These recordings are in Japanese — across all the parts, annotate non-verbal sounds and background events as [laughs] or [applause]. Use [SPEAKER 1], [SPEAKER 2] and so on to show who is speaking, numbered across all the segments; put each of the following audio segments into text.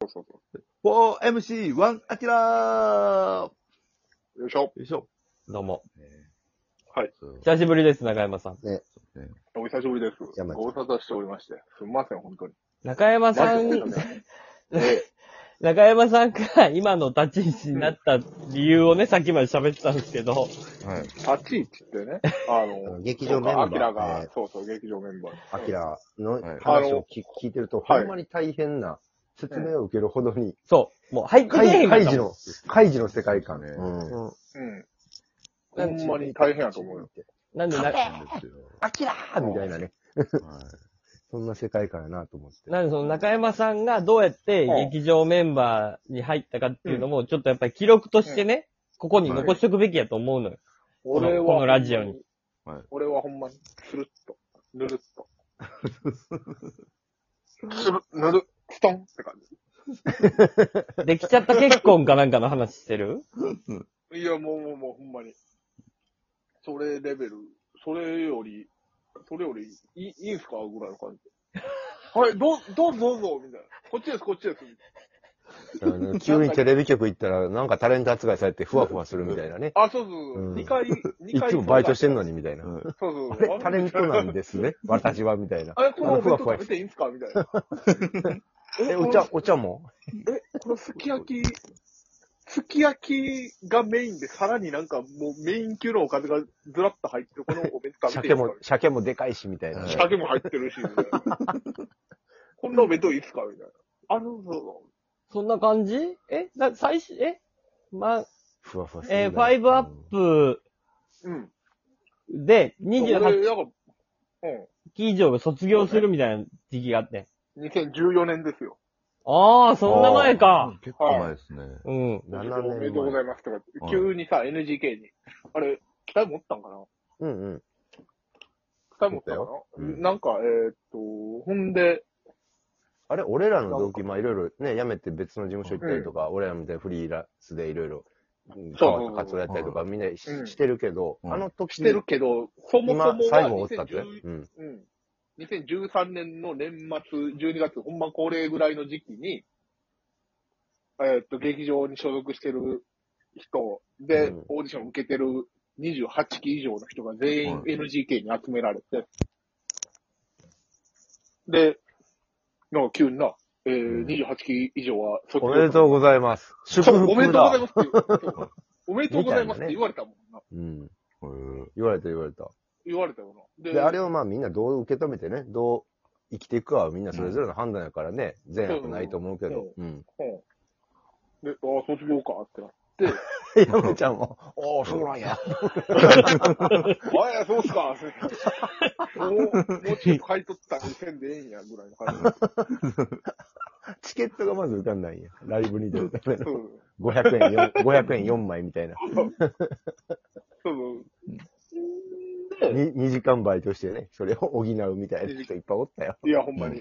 [SPEAKER 1] そうそうそ
[SPEAKER 2] 4MC1 アキラーよ
[SPEAKER 1] う。よいしょ。
[SPEAKER 2] いしょ。
[SPEAKER 3] どうも。
[SPEAKER 4] そう
[SPEAKER 3] 久しぶりです、中山さん。
[SPEAKER 1] お久しぶりです。
[SPEAKER 4] 山ちゃん
[SPEAKER 1] ご無沙汰しておりまして。すみません、本当に。
[SPEAKER 3] 中山さ [laughs] ん、
[SPEAKER 1] マジでえ
[SPEAKER 3] 中山さんが [laughs] 今の立ち位置になった理由をね、さっきまで喋ってたんですけど、
[SPEAKER 4] はい。
[SPEAKER 1] え立ち位置って
[SPEAKER 4] [laughs]
[SPEAKER 1] ね、あ
[SPEAKER 4] あの
[SPEAKER 1] の、
[SPEAKER 4] 劇場メンバー
[SPEAKER 1] アキラが
[SPEAKER 4] ね、
[SPEAKER 1] そうそう、劇場メンバー。
[SPEAKER 4] アキラの
[SPEAKER 2] はい
[SPEAKER 4] 話を聞聞いてると、
[SPEAKER 1] はい
[SPEAKER 4] ほんまに大変な説明を受けるほどに、
[SPEAKER 3] そう、もう入って
[SPEAKER 4] カ
[SPEAKER 3] けえへ
[SPEAKER 4] イ
[SPEAKER 3] んか
[SPEAKER 4] カ
[SPEAKER 3] っ
[SPEAKER 4] イ
[SPEAKER 3] た
[SPEAKER 4] ジ
[SPEAKER 3] もん
[SPEAKER 4] の、カイジの世界観ね。
[SPEAKER 2] う
[SPEAKER 4] うん
[SPEAKER 3] うん
[SPEAKER 1] うん。
[SPEAKER 3] な
[SPEAKER 1] ほ
[SPEAKER 3] ん
[SPEAKER 1] んまに大変やと思うよ。
[SPEAKER 3] なんでな、
[SPEAKER 2] なんですよ。
[SPEAKER 4] アキラーみたいなね。
[SPEAKER 2] はい。
[SPEAKER 4] そんな世界観やなと思って。
[SPEAKER 3] なんでその中山さんがどうやって劇場メンバーに入ったかっていうのも、ちょっとやっぱり記録としてね、ここに残しておくべきやと思うのよ。
[SPEAKER 1] 俺は、
[SPEAKER 3] このラジオに。
[SPEAKER 2] はい
[SPEAKER 1] 俺はほんまに、スルッと、ぬるっ
[SPEAKER 4] [laughs]
[SPEAKER 1] と。スルッ、ぬる、ストンって感
[SPEAKER 3] できちゃった結婚かなんかの話してる
[SPEAKER 1] じ。いや、もうもうもうほんまに。それレベル、それより、それより、いい、いいんすかぐらいの感じ。
[SPEAKER 4] [laughs]
[SPEAKER 1] はい、どう、どうぞどうぞみたいな。こっちです、こっちです。
[SPEAKER 4] うん急にテレビ局行ったら、なんかタレント扱いされてふわふわするみたいなね。
[SPEAKER 1] あ、そうそうそう
[SPEAKER 4] う。ん
[SPEAKER 1] 二回、二
[SPEAKER 4] い
[SPEAKER 1] 回。
[SPEAKER 4] つもバイトしてんのにみたいな。
[SPEAKER 1] そうそうそ
[SPEAKER 4] あ
[SPEAKER 1] う。
[SPEAKER 4] れ、タレントなんですね。私はみたいな。
[SPEAKER 1] あれ、このお
[SPEAKER 4] ふ
[SPEAKER 1] 弁
[SPEAKER 4] わ
[SPEAKER 1] 当
[SPEAKER 4] ふわ
[SPEAKER 1] 食べていいんすかみたいな。
[SPEAKER 4] [laughs] え、お茶、お茶も
[SPEAKER 1] このすき焼き、すき焼きがメインで、さらになんかもうメイン級のおかずがずらっと入ってる、このお弁当食べてい
[SPEAKER 4] 鮭
[SPEAKER 1] い
[SPEAKER 4] も
[SPEAKER 1] で、す
[SPEAKER 4] 鮭もでかいしみたいな
[SPEAKER 1] か
[SPEAKER 2] も。
[SPEAKER 1] 鮭も入ってるし、みたいなこんなお弁当いいっすかみたいな。あの、そうそ
[SPEAKER 3] そんな感じえな、最初、えま、
[SPEAKER 4] ふわふわする。
[SPEAKER 3] えー、ファイブアップ
[SPEAKER 1] う。うん。
[SPEAKER 3] で、
[SPEAKER 1] 俺
[SPEAKER 3] 28
[SPEAKER 1] なんか、う
[SPEAKER 3] 期以上が卒業するみたいな時期があって。
[SPEAKER 1] ん。2014年ですよ。
[SPEAKER 3] ああ、そんな前か。
[SPEAKER 2] 結構前ですね。
[SPEAKER 3] うん。
[SPEAKER 4] 7
[SPEAKER 1] おめでとうご
[SPEAKER 4] 年
[SPEAKER 1] ざ
[SPEAKER 4] 前。
[SPEAKER 1] いますとか、
[SPEAKER 2] はい
[SPEAKER 1] 急にさ、NGK に。あれ、期待持ったんかな
[SPEAKER 4] うんうん。
[SPEAKER 1] 期待持ったんかな、
[SPEAKER 4] うん
[SPEAKER 1] なんか、えーっと、ほんで、
[SPEAKER 4] あれ、俺らの同期、まあいろいろね、辞めて別の事務所行ったりとか、俺らみたいなフリーランスでいろいろ、うん
[SPEAKER 1] そうそうそう
[SPEAKER 4] 活動やったりとか、みんなし
[SPEAKER 1] うん
[SPEAKER 4] してるけど、
[SPEAKER 2] うん
[SPEAKER 4] あの時、
[SPEAKER 1] してるけど、そもそもは
[SPEAKER 4] 今、最後おったってね
[SPEAKER 1] 2014。
[SPEAKER 4] うん。
[SPEAKER 1] うん。2013年の年末、12月、ほんま恒例ぐらいの時期に、えーっと、劇場に所属してる人で、
[SPEAKER 4] うん
[SPEAKER 1] オーディション受けてる28期以上の人が全員
[SPEAKER 2] うん
[SPEAKER 1] NGK に集められて、で、の、急にな、えー、
[SPEAKER 2] ん
[SPEAKER 1] 28期以上は卒
[SPEAKER 4] おめでとうございます。祝福だ。
[SPEAKER 1] おめでとうございますって言うおめでとうございますって言われたもんな。
[SPEAKER 4] うん。
[SPEAKER 2] へー
[SPEAKER 4] 言われた言われた。
[SPEAKER 1] 言われたもんな。
[SPEAKER 4] で、あれをまあみんなどう受け止めてね、どう生きていくかはみんなそれぞれの判断やからね、善悪ないと思うけど。うん。
[SPEAKER 1] うん。で、ああ、卒業かってなって、
[SPEAKER 4] 山ちゃんも、おー、そうなんや。
[SPEAKER 1] [laughs] あい、そうっす
[SPEAKER 4] [laughs]
[SPEAKER 1] か。もう、もうちょっと買い取ったら2000でええんや、ぐらいの感じ。
[SPEAKER 4] チケットがまず受かんないんや。ライブに出るための。
[SPEAKER 1] そう
[SPEAKER 4] 500円4、500円4枚みたいな。
[SPEAKER 1] そう。で、
[SPEAKER 4] [laughs] に2時間バイトしてね、それを補うみたいな人いっぱいおったよ。
[SPEAKER 1] いや、ほんまに。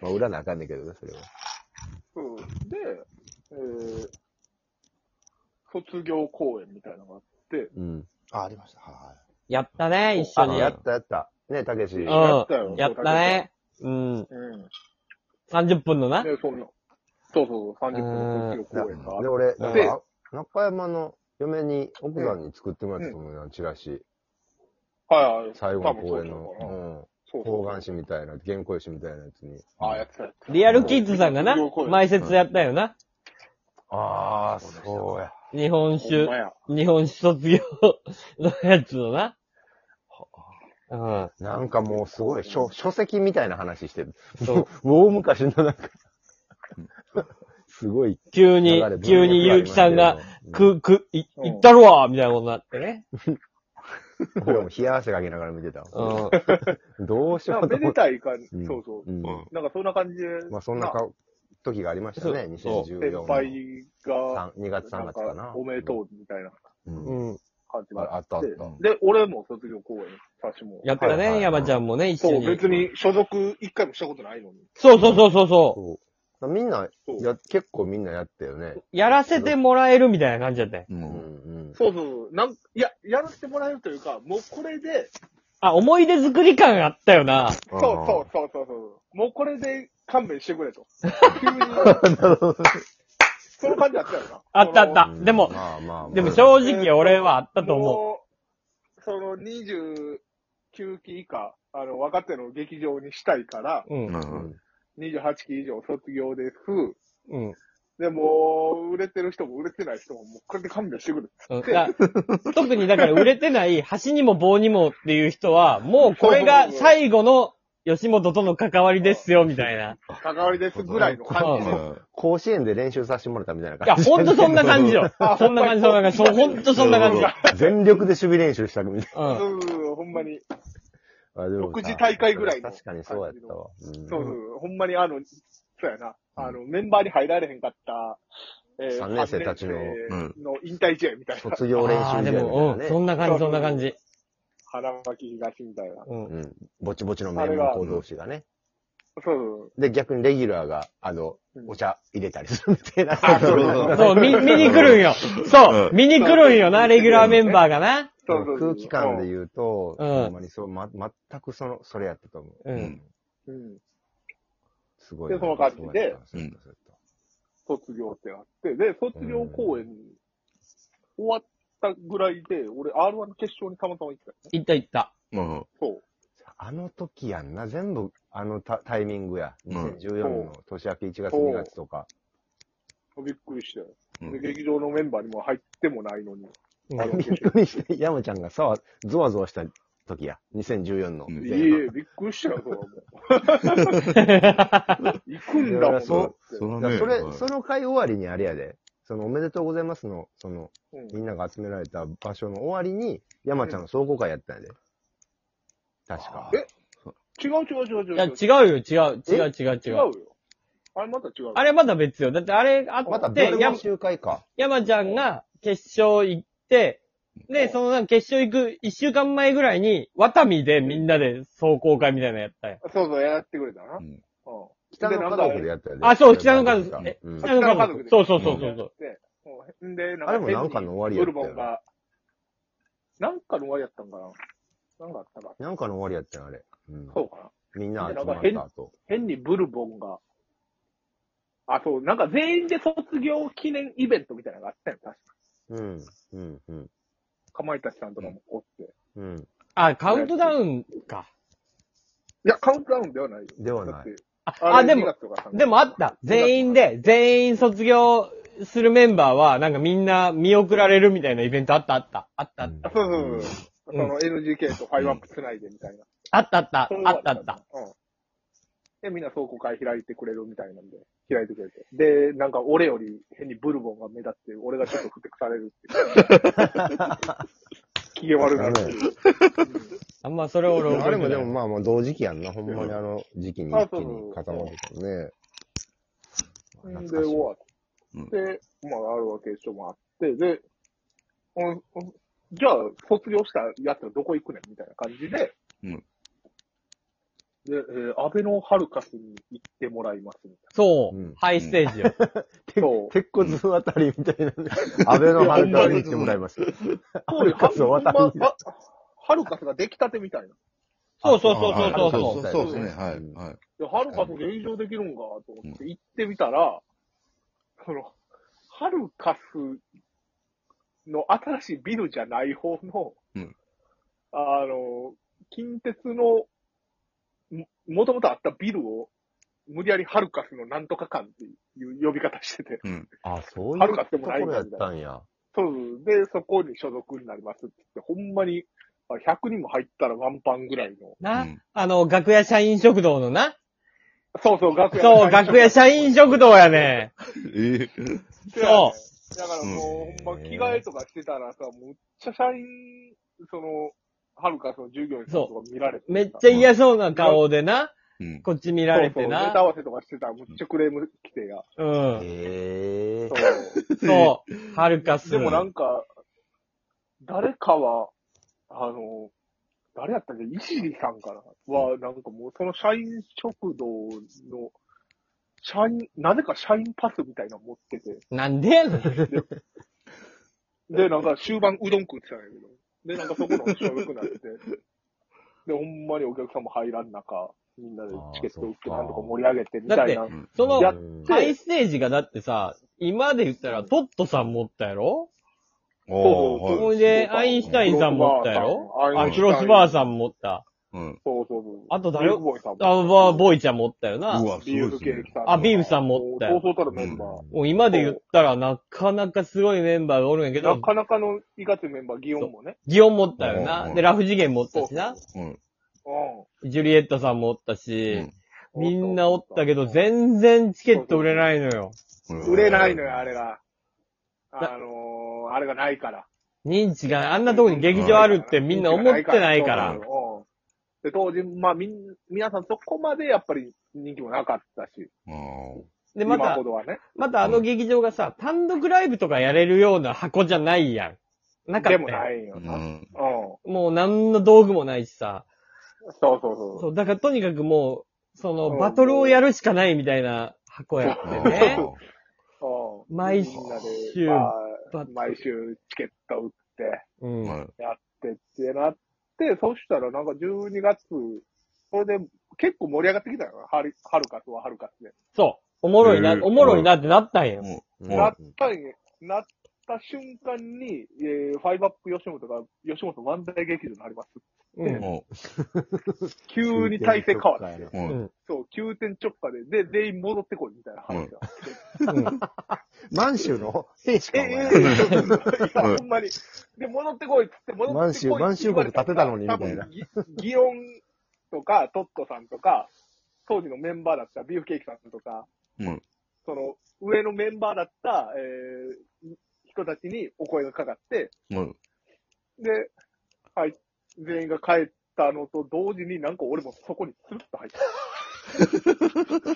[SPEAKER 4] まあ、裏なあかんねんけどね、それは。
[SPEAKER 1] そう。で、えー、卒業公演みたいなのがあって、
[SPEAKER 4] うん。
[SPEAKER 2] あ、ありました。は
[SPEAKER 3] やったね、一緒
[SPEAKER 4] あ、
[SPEAKER 3] に。
[SPEAKER 4] やったやった。ね、たけし。
[SPEAKER 3] うん
[SPEAKER 1] やったよ。
[SPEAKER 3] やったね。うん。
[SPEAKER 1] うん。
[SPEAKER 3] 30分のな。
[SPEAKER 1] で、そんな。そうそうそう、30分の卒業公演があっ
[SPEAKER 4] で、俺、なん
[SPEAKER 1] で
[SPEAKER 4] か、中山の嫁に、奥さんに作ってもらったと思うよ、チラシ。
[SPEAKER 1] て。はいはい。
[SPEAKER 4] 最後の公
[SPEAKER 1] 多分そ
[SPEAKER 4] 演
[SPEAKER 1] うちゃうかなそ
[SPEAKER 4] の、
[SPEAKER 1] う
[SPEAKER 4] うん。
[SPEAKER 1] そう
[SPEAKER 4] 方眼紙みたいな、原稿紙みたいなやつに。
[SPEAKER 1] ああ、やってたやってた。
[SPEAKER 3] リアルキッズさんがな
[SPEAKER 1] 卒業公、演
[SPEAKER 3] 前説やったよな。
[SPEAKER 4] ああ、そうや。
[SPEAKER 3] 日本
[SPEAKER 1] ほん
[SPEAKER 3] 酒
[SPEAKER 1] ま、や。
[SPEAKER 3] 日本酒卒業のやつのな。うん。
[SPEAKER 4] なんかもうすごい、書、書籍みたいな話してる。
[SPEAKER 3] そう。
[SPEAKER 4] 大昔のなんか、 [laughs] すごい
[SPEAKER 3] 急
[SPEAKER 4] 流
[SPEAKER 3] に
[SPEAKER 4] れ。、
[SPEAKER 3] 急に結城さんが、
[SPEAKER 4] く、
[SPEAKER 3] く、く、い、行ったろわみたいなことになってね。
[SPEAKER 4] [laughs] 僕らも冷や汗かけながら見てた。
[SPEAKER 3] うん。
[SPEAKER 4] どうしよ
[SPEAKER 1] なん
[SPEAKER 4] うと
[SPEAKER 1] かめで
[SPEAKER 4] 思って。
[SPEAKER 1] たい感じ。
[SPEAKER 4] うん
[SPEAKER 1] そうそう。
[SPEAKER 4] うん
[SPEAKER 2] うん
[SPEAKER 1] なんかそんな感じで。
[SPEAKER 4] まあそんなか時がありましたね、
[SPEAKER 3] そう
[SPEAKER 4] 2014
[SPEAKER 1] 先
[SPEAKER 4] の
[SPEAKER 1] 輩が、
[SPEAKER 4] 3 2月3
[SPEAKER 1] なん
[SPEAKER 4] 月
[SPEAKER 1] か
[SPEAKER 4] かな。
[SPEAKER 1] おめでとうみたいな
[SPEAKER 4] うん。うん
[SPEAKER 3] うん。
[SPEAKER 1] 感じが
[SPEAKER 4] あ
[SPEAKER 1] あ
[SPEAKER 4] あ
[SPEAKER 1] っ
[SPEAKER 4] ったあってた。
[SPEAKER 1] で、俺も卒業公演、私も。
[SPEAKER 3] やった
[SPEAKER 4] はいはいは
[SPEAKER 3] ね、
[SPEAKER 4] い
[SPEAKER 3] 山ちゃんもね、一緒
[SPEAKER 1] そう、
[SPEAKER 3] に。
[SPEAKER 1] 別に所属一回もしたことないのに。
[SPEAKER 3] そうそうそうそうそ
[SPEAKER 4] そうみんな
[SPEAKER 1] そう、
[SPEAKER 4] や、結構みんなやったよね。
[SPEAKER 3] う。やらせてもらえるみたいな感じだったよ。
[SPEAKER 2] うん。う。
[SPEAKER 4] うんん
[SPEAKER 1] そうそう、なん、いや、やらせてもらえるというか、もうこれで、
[SPEAKER 3] あ、思い出作り感あったよな。
[SPEAKER 1] そうそうそうそうそう、もうこれで勘弁してく
[SPEAKER 3] [laughs]
[SPEAKER 1] れと。急に、
[SPEAKER 4] なるほど。
[SPEAKER 1] その感じあったよな。
[SPEAKER 3] [laughs] あったあった
[SPEAKER 4] うん
[SPEAKER 3] でも
[SPEAKER 4] まあまあまあ
[SPEAKER 3] でも正直俺はあったと思
[SPEAKER 1] もう。その29期以下、あの、若手の劇場にしたいから、
[SPEAKER 3] う。うん。
[SPEAKER 4] うん
[SPEAKER 1] 28期以上卒業です。
[SPEAKER 3] うん。
[SPEAKER 1] で、もう売れてる人も売れてない人も、もうこれで勘弁してくれ。
[SPEAKER 3] うんだ特にだから売れてない、橋にも棒にもっていう人は、もうこれが最後の吉本との関わりですよ、みたい [laughs] な。
[SPEAKER 1] 関わりですぐらいの感じ
[SPEAKER 3] う
[SPEAKER 1] で。
[SPEAKER 4] うん甲子園で練習させてもらったみたいない
[SPEAKER 3] や、
[SPEAKER 4] 感じ。
[SPEAKER 3] ほんとそんな感じよ。そんな感じ、そんな感じ。そうほんとそんな感じ。
[SPEAKER 4] うん全力で守備練習したみたい
[SPEAKER 3] うん。
[SPEAKER 1] うん、ほんまに。
[SPEAKER 4] な。あで
[SPEAKER 1] [laughs]
[SPEAKER 4] も
[SPEAKER 1] 6次大会ぐらいの
[SPEAKER 4] 確かにそうやったわ。うん
[SPEAKER 1] そうそう、ほんまにあの、そうやな。あの、メンバーに入られへんかった、え
[SPEAKER 4] 三年生たちの
[SPEAKER 1] 三年生
[SPEAKER 4] うん
[SPEAKER 1] の引退試合みたいな。
[SPEAKER 4] 卒業練習試
[SPEAKER 3] あ
[SPEAKER 4] 合
[SPEAKER 3] ー
[SPEAKER 4] みた
[SPEAKER 3] で
[SPEAKER 4] いな
[SPEAKER 3] も、うん。
[SPEAKER 4] ね
[SPEAKER 3] そんな感じ、そんな感じ。
[SPEAKER 1] 腹巻き東みたいな。
[SPEAKER 3] うん。
[SPEAKER 4] うん。ぼちぼちの名門校同士がね。
[SPEAKER 1] そう
[SPEAKER 4] で、逆にレギュラーが、あの
[SPEAKER 1] う、ん
[SPEAKER 4] お茶入れたりするみたいな。
[SPEAKER 1] あそうそうそう
[SPEAKER 3] そう、見、見に来るんよ。そう、
[SPEAKER 4] う
[SPEAKER 3] 見に来るんよな、レギュラーメンバーがな。
[SPEAKER 1] そうそうそうそう。
[SPEAKER 4] 空気感で言うと、
[SPEAKER 3] うん
[SPEAKER 4] ほんまにそう、ま、全くその、それやったと思う。
[SPEAKER 3] うん
[SPEAKER 1] う。うん。
[SPEAKER 4] すごい。
[SPEAKER 1] でその感じで
[SPEAKER 4] そうやった、そうやった
[SPEAKER 1] 卒業ってあって、で、卒業公演終わったぐらいで、俺 R1 の決勝にたまたま行ってたよね。
[SPEAKER 3] 行った行った。
[SPEAKER 5] うん。
[SPEAKER 1] そう。
[SPEAKER 4] あの時やんな、全部あのタタイミングや。
[SPEAKER 5] うん
[SPEAKER 4] 2014の年明け1月2月とか。
[SPEAKER 1] びっくりして。
[SPEAKER 5] う
[SPEAKER 1] で
[SPEAKER 5] ん
[SPEAKER 1] 劇場のメンバーにも入ってもないのに。
[SPEAKER 3] うん
[SPEAKER 4] [laughs] びっくりして、山ちゃんがさわ、ゾワゾワした時や。2014の。
[SPEAKER 5] うん
[SPEAKER 1] いえいえ、びっくりしたよ、それはも
[SPEAKER 4] [laughs]
[SPEAKER 1] う。行くんだもん。
[SPEAKER 4] そ
[SPEAKER 1] そう
[SPEAKER 5] その
[SPEAKER 4] だからそ
[SPEAKER 5] ね、
[SPEAKER 4] れ、
[SPEAKER 5] はい
[SPEAKER 4] その回終わりにあれやで。その、おめでとうございますの、その、
[SPEAKER 1] うん
[SPEAKER 4] みんなが集められた場所の終わりに、山ちゃんの総合会やったんやで。確か。
[SPEAKER 1] え違う違う違う違う。
[SPEAKER 3] いや、
[SPEAKER 1] 違
[SPEAKER 3] 違うよ、違う、違う、違う、
[SPEAKER 1] う
[SPEAKER 3] 違
[SPEAKER 1] よ
[SPEAKER 3] う。。
[SPEAKER 1] あれまた違う。
[SPEAKER 3] あれまだ別よ。だってあれあ
[SPEAKER 4] また
[SPEAKER 3] っ
[SPEAKER 4] 別
[SPEAKER 3] て、や
[SPEAKER 4] の、集会か。
[SPEAKER 3] 山ちゃんが決勝行って、で、そのなんか決勝行く一週間前ぐらいに、ワタミでみんなで壮行会みたいなのやったよ。
[SPEAKER 1] そうそう、やってくれたな。
[SPEAKER 5] う
[SPEAKER 1] うんん。
[SPEAKER 4] 北の家族でやったやで。
[SPEAKER 3] あ、そう、北の家族。え、
[SPEAKER 4] うん
[SPEAKER 3] 北の家族。そうそうそうそうそう。
[SPEAKER 1] で、うんで、なん
[SPEAKER 4] あれもなんかの終わりや
[SPEAKER 1] ブ
[SPEAKER 4] った
[SPEAKER 1] ルボ
[SPEAKER 4] よな
[SPEAKER 1] ンが、なんかの終わりやったんかななんかあったか
[SPEAKER 4] なんかの終わりやったんやあれ。うん
[SPEAKER 1] そうかな
[SPEAKER 4] みんな集まった後。
[SPEAKER 1] 変にブルボンが、あ、そう、なんか全員で卒業記念イベントみたいなのがあったよ、確か。
[SPEAKER 4] うん、うん、うん。
[SPEAKER 1] かまいたちさんとかもおって。
[SPEAKER 4] うん。
[SPEAKER 3] あ、カウントダウンか。
[SPEAKER 1] いや、カウントダウンではないよ。
[SPEAKER 4] ではない
[SPEAKER 1] だって。
[SPEAKER 3] あ、
[SPEAKER 1] あ
[SPEAKER 3] あ
[SPEAKER 1] れ
[SPEAKER 3] でも
[SPEAKER 1] 2、月とか3月
[SPEAKER 3] でもあった。全員で、全員卒業するメンバーは、なんかみんな見送られるみたいなイベントあったあった。あったあった。
[SPEAKER 1] あそうそうそう。その NGK とファイワップつないでみたいな。
[SPEAKER 3] あったあった
[SPEAKER 1] そう。
[SPEAKER 3] あったあった。。
[SPEAKER 1] うん。で、みんな倉庫会開いてくれるみたいなんで、開いてくれて。で、なんか俺より変にブルボンが目立って、俺がちょっとふてくされるっていう。機嫌悪くなってる。
[SPEAKER 3] あんまそれを俺
[SPEAKER 4] あれもでも
[SPEAKER 3] も、
[SPEAKER 4] まあまあ同時期やんな。ほんまにあの時期に一気に固まってたもんね。
[SPEAKER 1] で、
[SPEAKER 4] 懐かしい
[SPEAKER 1] 終わっ
[SPEAKER 5] うん
[SPEAKER 1] て、まあ、あるわけでしょもあって、で、うんうんじゃあ、卒業したやつはどこ行くねんみたいな感じで、
[SPEAKER 5] うん
[SPEAKER 1] で、えー、安倍のハルカスに行ってもらいますみたい
[SPEAKER 3] そう、
[SPEAKER 4] うん
[SPEAKER 3] ハイステージよ。
[SPEAKER 4] [laughs]
[SPEAKER 1] な。そう。
[SPEAKER 4] 鉄骨あたりみたいな。安倍の反対に行ってもらいました。ハルカスを渡り
[SPEAKER 1] あハルカスが出来たてみたいな。
[SPEAKER 3] そうそうそう
[SPEAKER 5] はい
[SPEAKER 3] そう
[SPEAKER 5] そ
[SPEAKER 3] そうう。
[SPEAKER 5] そうそうですね。はい。はい。
[SPEAKER 1] で、はるかと劇場できるんかと思って行ってみたら、その、はるかすの新しいビルじゃない方の、
[SPEAKER 5] うん
[SPEAKER 1] あの、近鉄の、ももともとあったビルを、無理やりハルカスのなんとか館っていう呼び方してて、
[SPEAKER 5] うん。
[SPEAKER 4] あ、そういう
[SPEAKER 1] ハルカス
[SPEAKER 4] と
[SPEAKER 1] でも
[SPEAKER 4] こ
[SPEAKER 1] ないん
[SPEAKER 4] ろ
[SPEAKER 1] だ
[SPEAKER 4] や
[SPEAKER 1] み
[SPEAKER 4] った
[SPEAKER 1] い
[SPEAKER 4] たんや。
[SPEAKER 1] そう、で、そこに所属になりますって言って、ほんまに、あ100人も入ったらワンパンぐらいの。
[SPEAKER 5] う
[SPEAKER 3] な、
[SPEAKER 5] ん
[SPEAKER 3] あの、楽屋社員食堂のな。
[SPEAKER 1] そうそう、楽屋
[SPEAKER 3] そう、楽屋社員食堂やね。
[SPEAKER 5] ええ。
[SPEAKER 3] そ
[SPEAKER 1] だからもう、
[SPEAKER 4] うん
[SPEAKER 1] ほんま着替えとかしてたらさ、もうむっちゃ社員、その、はるかその従業員さんとか見られてさ。
[SPEAKER 3] めっちゃ嫌そうな顔でな、
[SPEAKER 5] うん。
[SPEAKER 3] こっち見られて
[SPEAKER 1] そうそうネ
[SPEAKER 3] な
[SPEAKER 1] タ。合わせとかしてたらむっちゃクレーム来てや。
[SPEAKER 3] うん。
[SPEAKER 4] へえ。
[SPEAKER 1] そ
[SPEAKER 3] そう、ハルカ
[SPEAKER 1] う。
[SPEAKER 3] ス。
[SPEAKER 1] でもなんか、誰かは、あの、誰やったっけ石井さんかなは、なんかもうその社員食堂の、社員、なぜか社員パスみたいなの持ってて。
[SPEAKER 3] なんでやねん。
[SPEAKER 1] で、なんか終盤うどん食ってたんやけど。
[SPEAKER 3] [laughs]
[SPEAKER 1] で、なんかそこの所属になって。で、ほんまにお客さんも入らん中、みんなで
[SPEAKER 4] あー
[SPEAKER 1] チケット売って
[SPEAKER 4] そっか
[SPEAKER 1] なんとか盛り上げてみたいな。
[SPEAKER 3] その
[SPEAKER 1] や
[SPEAKER 4] う、ん
[SPEAKER 1] て
[SPEAKER 3] ハイステージがだってさ、今で言ったらトットさん持ったやろ
[SPEAKER 1] そう
[SPEAKER 5] あ
[SPEAKER 1] そう
[SPEAKER 5] ー
[SPEAKER 3] ほいで、アインシュタインさん持ったやろあ、クロスバー
[SPEAKER 1] ん。
[SPEAKER 3] さん持った。
[SPEAKER 5] うん。
[SPEAKER 1] そうそうそう。
[SPEAKER 3] あと
[SPEAKER 1] ビ
[SPEAKER 3] 誰
[SPEAKER 1] ーフボーイさんも。
[SPEAKER 3] あ、まあボーイちゃん持ったよな。
[SPEAKER 5] う
[SPEAKER 3] も
[SPEAKER 5] わ、す
[SPEAKER 1] ビー
[SPEAKER 5] ご
[SPEAKER 1] フ
[SPEAKER 5] い
[SPEAKER 1] ケー
[SPEAKER 5] ですね
[SPEAKER 1] キ。さん
[SPEAKER 3] あビーフさん持ったよ
[SPEAKER 1] そうそうたるメンバー。
[SPEAKER 3] う今で言ったらなかなかすごいメンバーがおるんやけ
[SPEAKER 1] な
[SPEAKER 3] ど、
[SPEAKER 1] かなかのいかついメンバー、ギオンもね。
[SPEAKER 3] ギオン持ったよ
[SPEAKER 5] うんう
[SPEAKER 3] な。
[SPEAKER 5] ん
[SPEAKER 3] で、ラフ次元持ったしな。
[SPEAKER 5] うん。
[SPEAKER 1] う
[SPEAKER 3] ジュリエットさんもおった
[SPEAKER 5] う
[SPEAKER 3] し
[SPEAKER 5] ん、
[SPEAKER 1] ん。
[SPEAKER 3] みんなおったけど、全然チケット売れないのよ。
[SPEAKER 1] 売れないのよ、あれ
[SPEAKER 5] が。
[SPEAKER 1] が。あのー、あれがないから。
[SPEAKER 3] 認知が、あんなとこに劇場あるってみんな思ってないか
[SPEAKER 1] う
[SPEAKER 3] ら
[SPEAKER 1] ん。。で、当時、まあ、みん、皆さんそこまでやっぱり人気もなかったし、
[SPEAKER 5] あー
[SPEAKER 3] で、ま
[SPEAKER 1] 今
[SPEAKER 3] た
[SPEAKER 1] ほ、どはね。
[SPEAKER 3] またあの劇場がさ、単独ライブとかやれるような箱じゃないやん。なかった
[SPEAKER 1] で
[SPEAKER 3] や
[SPEAKER 1] も
[SPEAKER 3] ん
[SPEAKER 1] ないよ
[SPEAKER 5] う
[SPEAKER 1] な。うん。
[SPEAKER 5] ん。
[SPEAKER 3] もう何の道具もないしさ。
[SPEAKER 1] そうそうそ。
[SPEAKER 3] そうう、だからとにかくもう、その、
[SPEAKER 1] うん
[SPEAKER 3] バトルをやるしかないみたいな箱やっ
[SPEAKER 5] あ
[SPEAKER 3] て
[SPEAKER 1] [laughs]
[SPEAKER 3] ね。
[SPEAKER 5] ー
[SPEAKER 1] うん
[SPEAKER 3] 毎週
[SPEAKER 1] みんなでまあ毎週チケット売って、
[SPEAKER 3] うん。
[SPEAKER 5] はい
[SPEAKER 1] やってってなって、そしたらなんか12月、それで結構盛り上がってきたよな。はる、はるかとははるかって。
[SPEAKER 3] そう。おもろいな
[SPEAKER 5] う、ん
[SPEAKER 3] おもろいなってなったんや。
[SPEAKER 5] もう、
[SPEAKER 1] な
[SPEAKER 5] も
[SPEAKER 1] ったんやなった瞬間に、えー、ファイブアップ吉本が、吉本漫才劇場になります。
[SPEAKER 3] う
[SPEAKER 5] う、
[SPEAKER 3] ん。
[SPEAKER 5] も
[SPEAKER 1] 急に体制変わって。
[SPEAKER 5] う、もう、
[SPEAKER 1] そう、急転直下で、で、全員戻ってこいみたいな話が。
[SPEAKER 4] 満州の兵士
[SPEAKER 1] え
[SPEAKER 4] か、
[SPEAKER 1] え
[SPEAKER 4] お前
[SPEAKER 1] ええいや
[SPEAKER 5] うん
[SPEAKER 1] ほんまに。で、戻ってこいっつって、戻ってこい
[SPEAKER 4] 満州満州国立てたのにみたいな
[SPEAKER 1] 多分。ぎ祇園とか、トットさんとか、当時のメンバーだったビーフケーキさんとか、
[SPEAKER 5] うん
[SPEAKER 1] その、上のメンバーだった、えー人たちにお声がかかって、
[SPEAKER 5] もう、
[SPEAKER 1] で、はい、全員が帰ったのと同時になんか俺もそこにスルッと入った。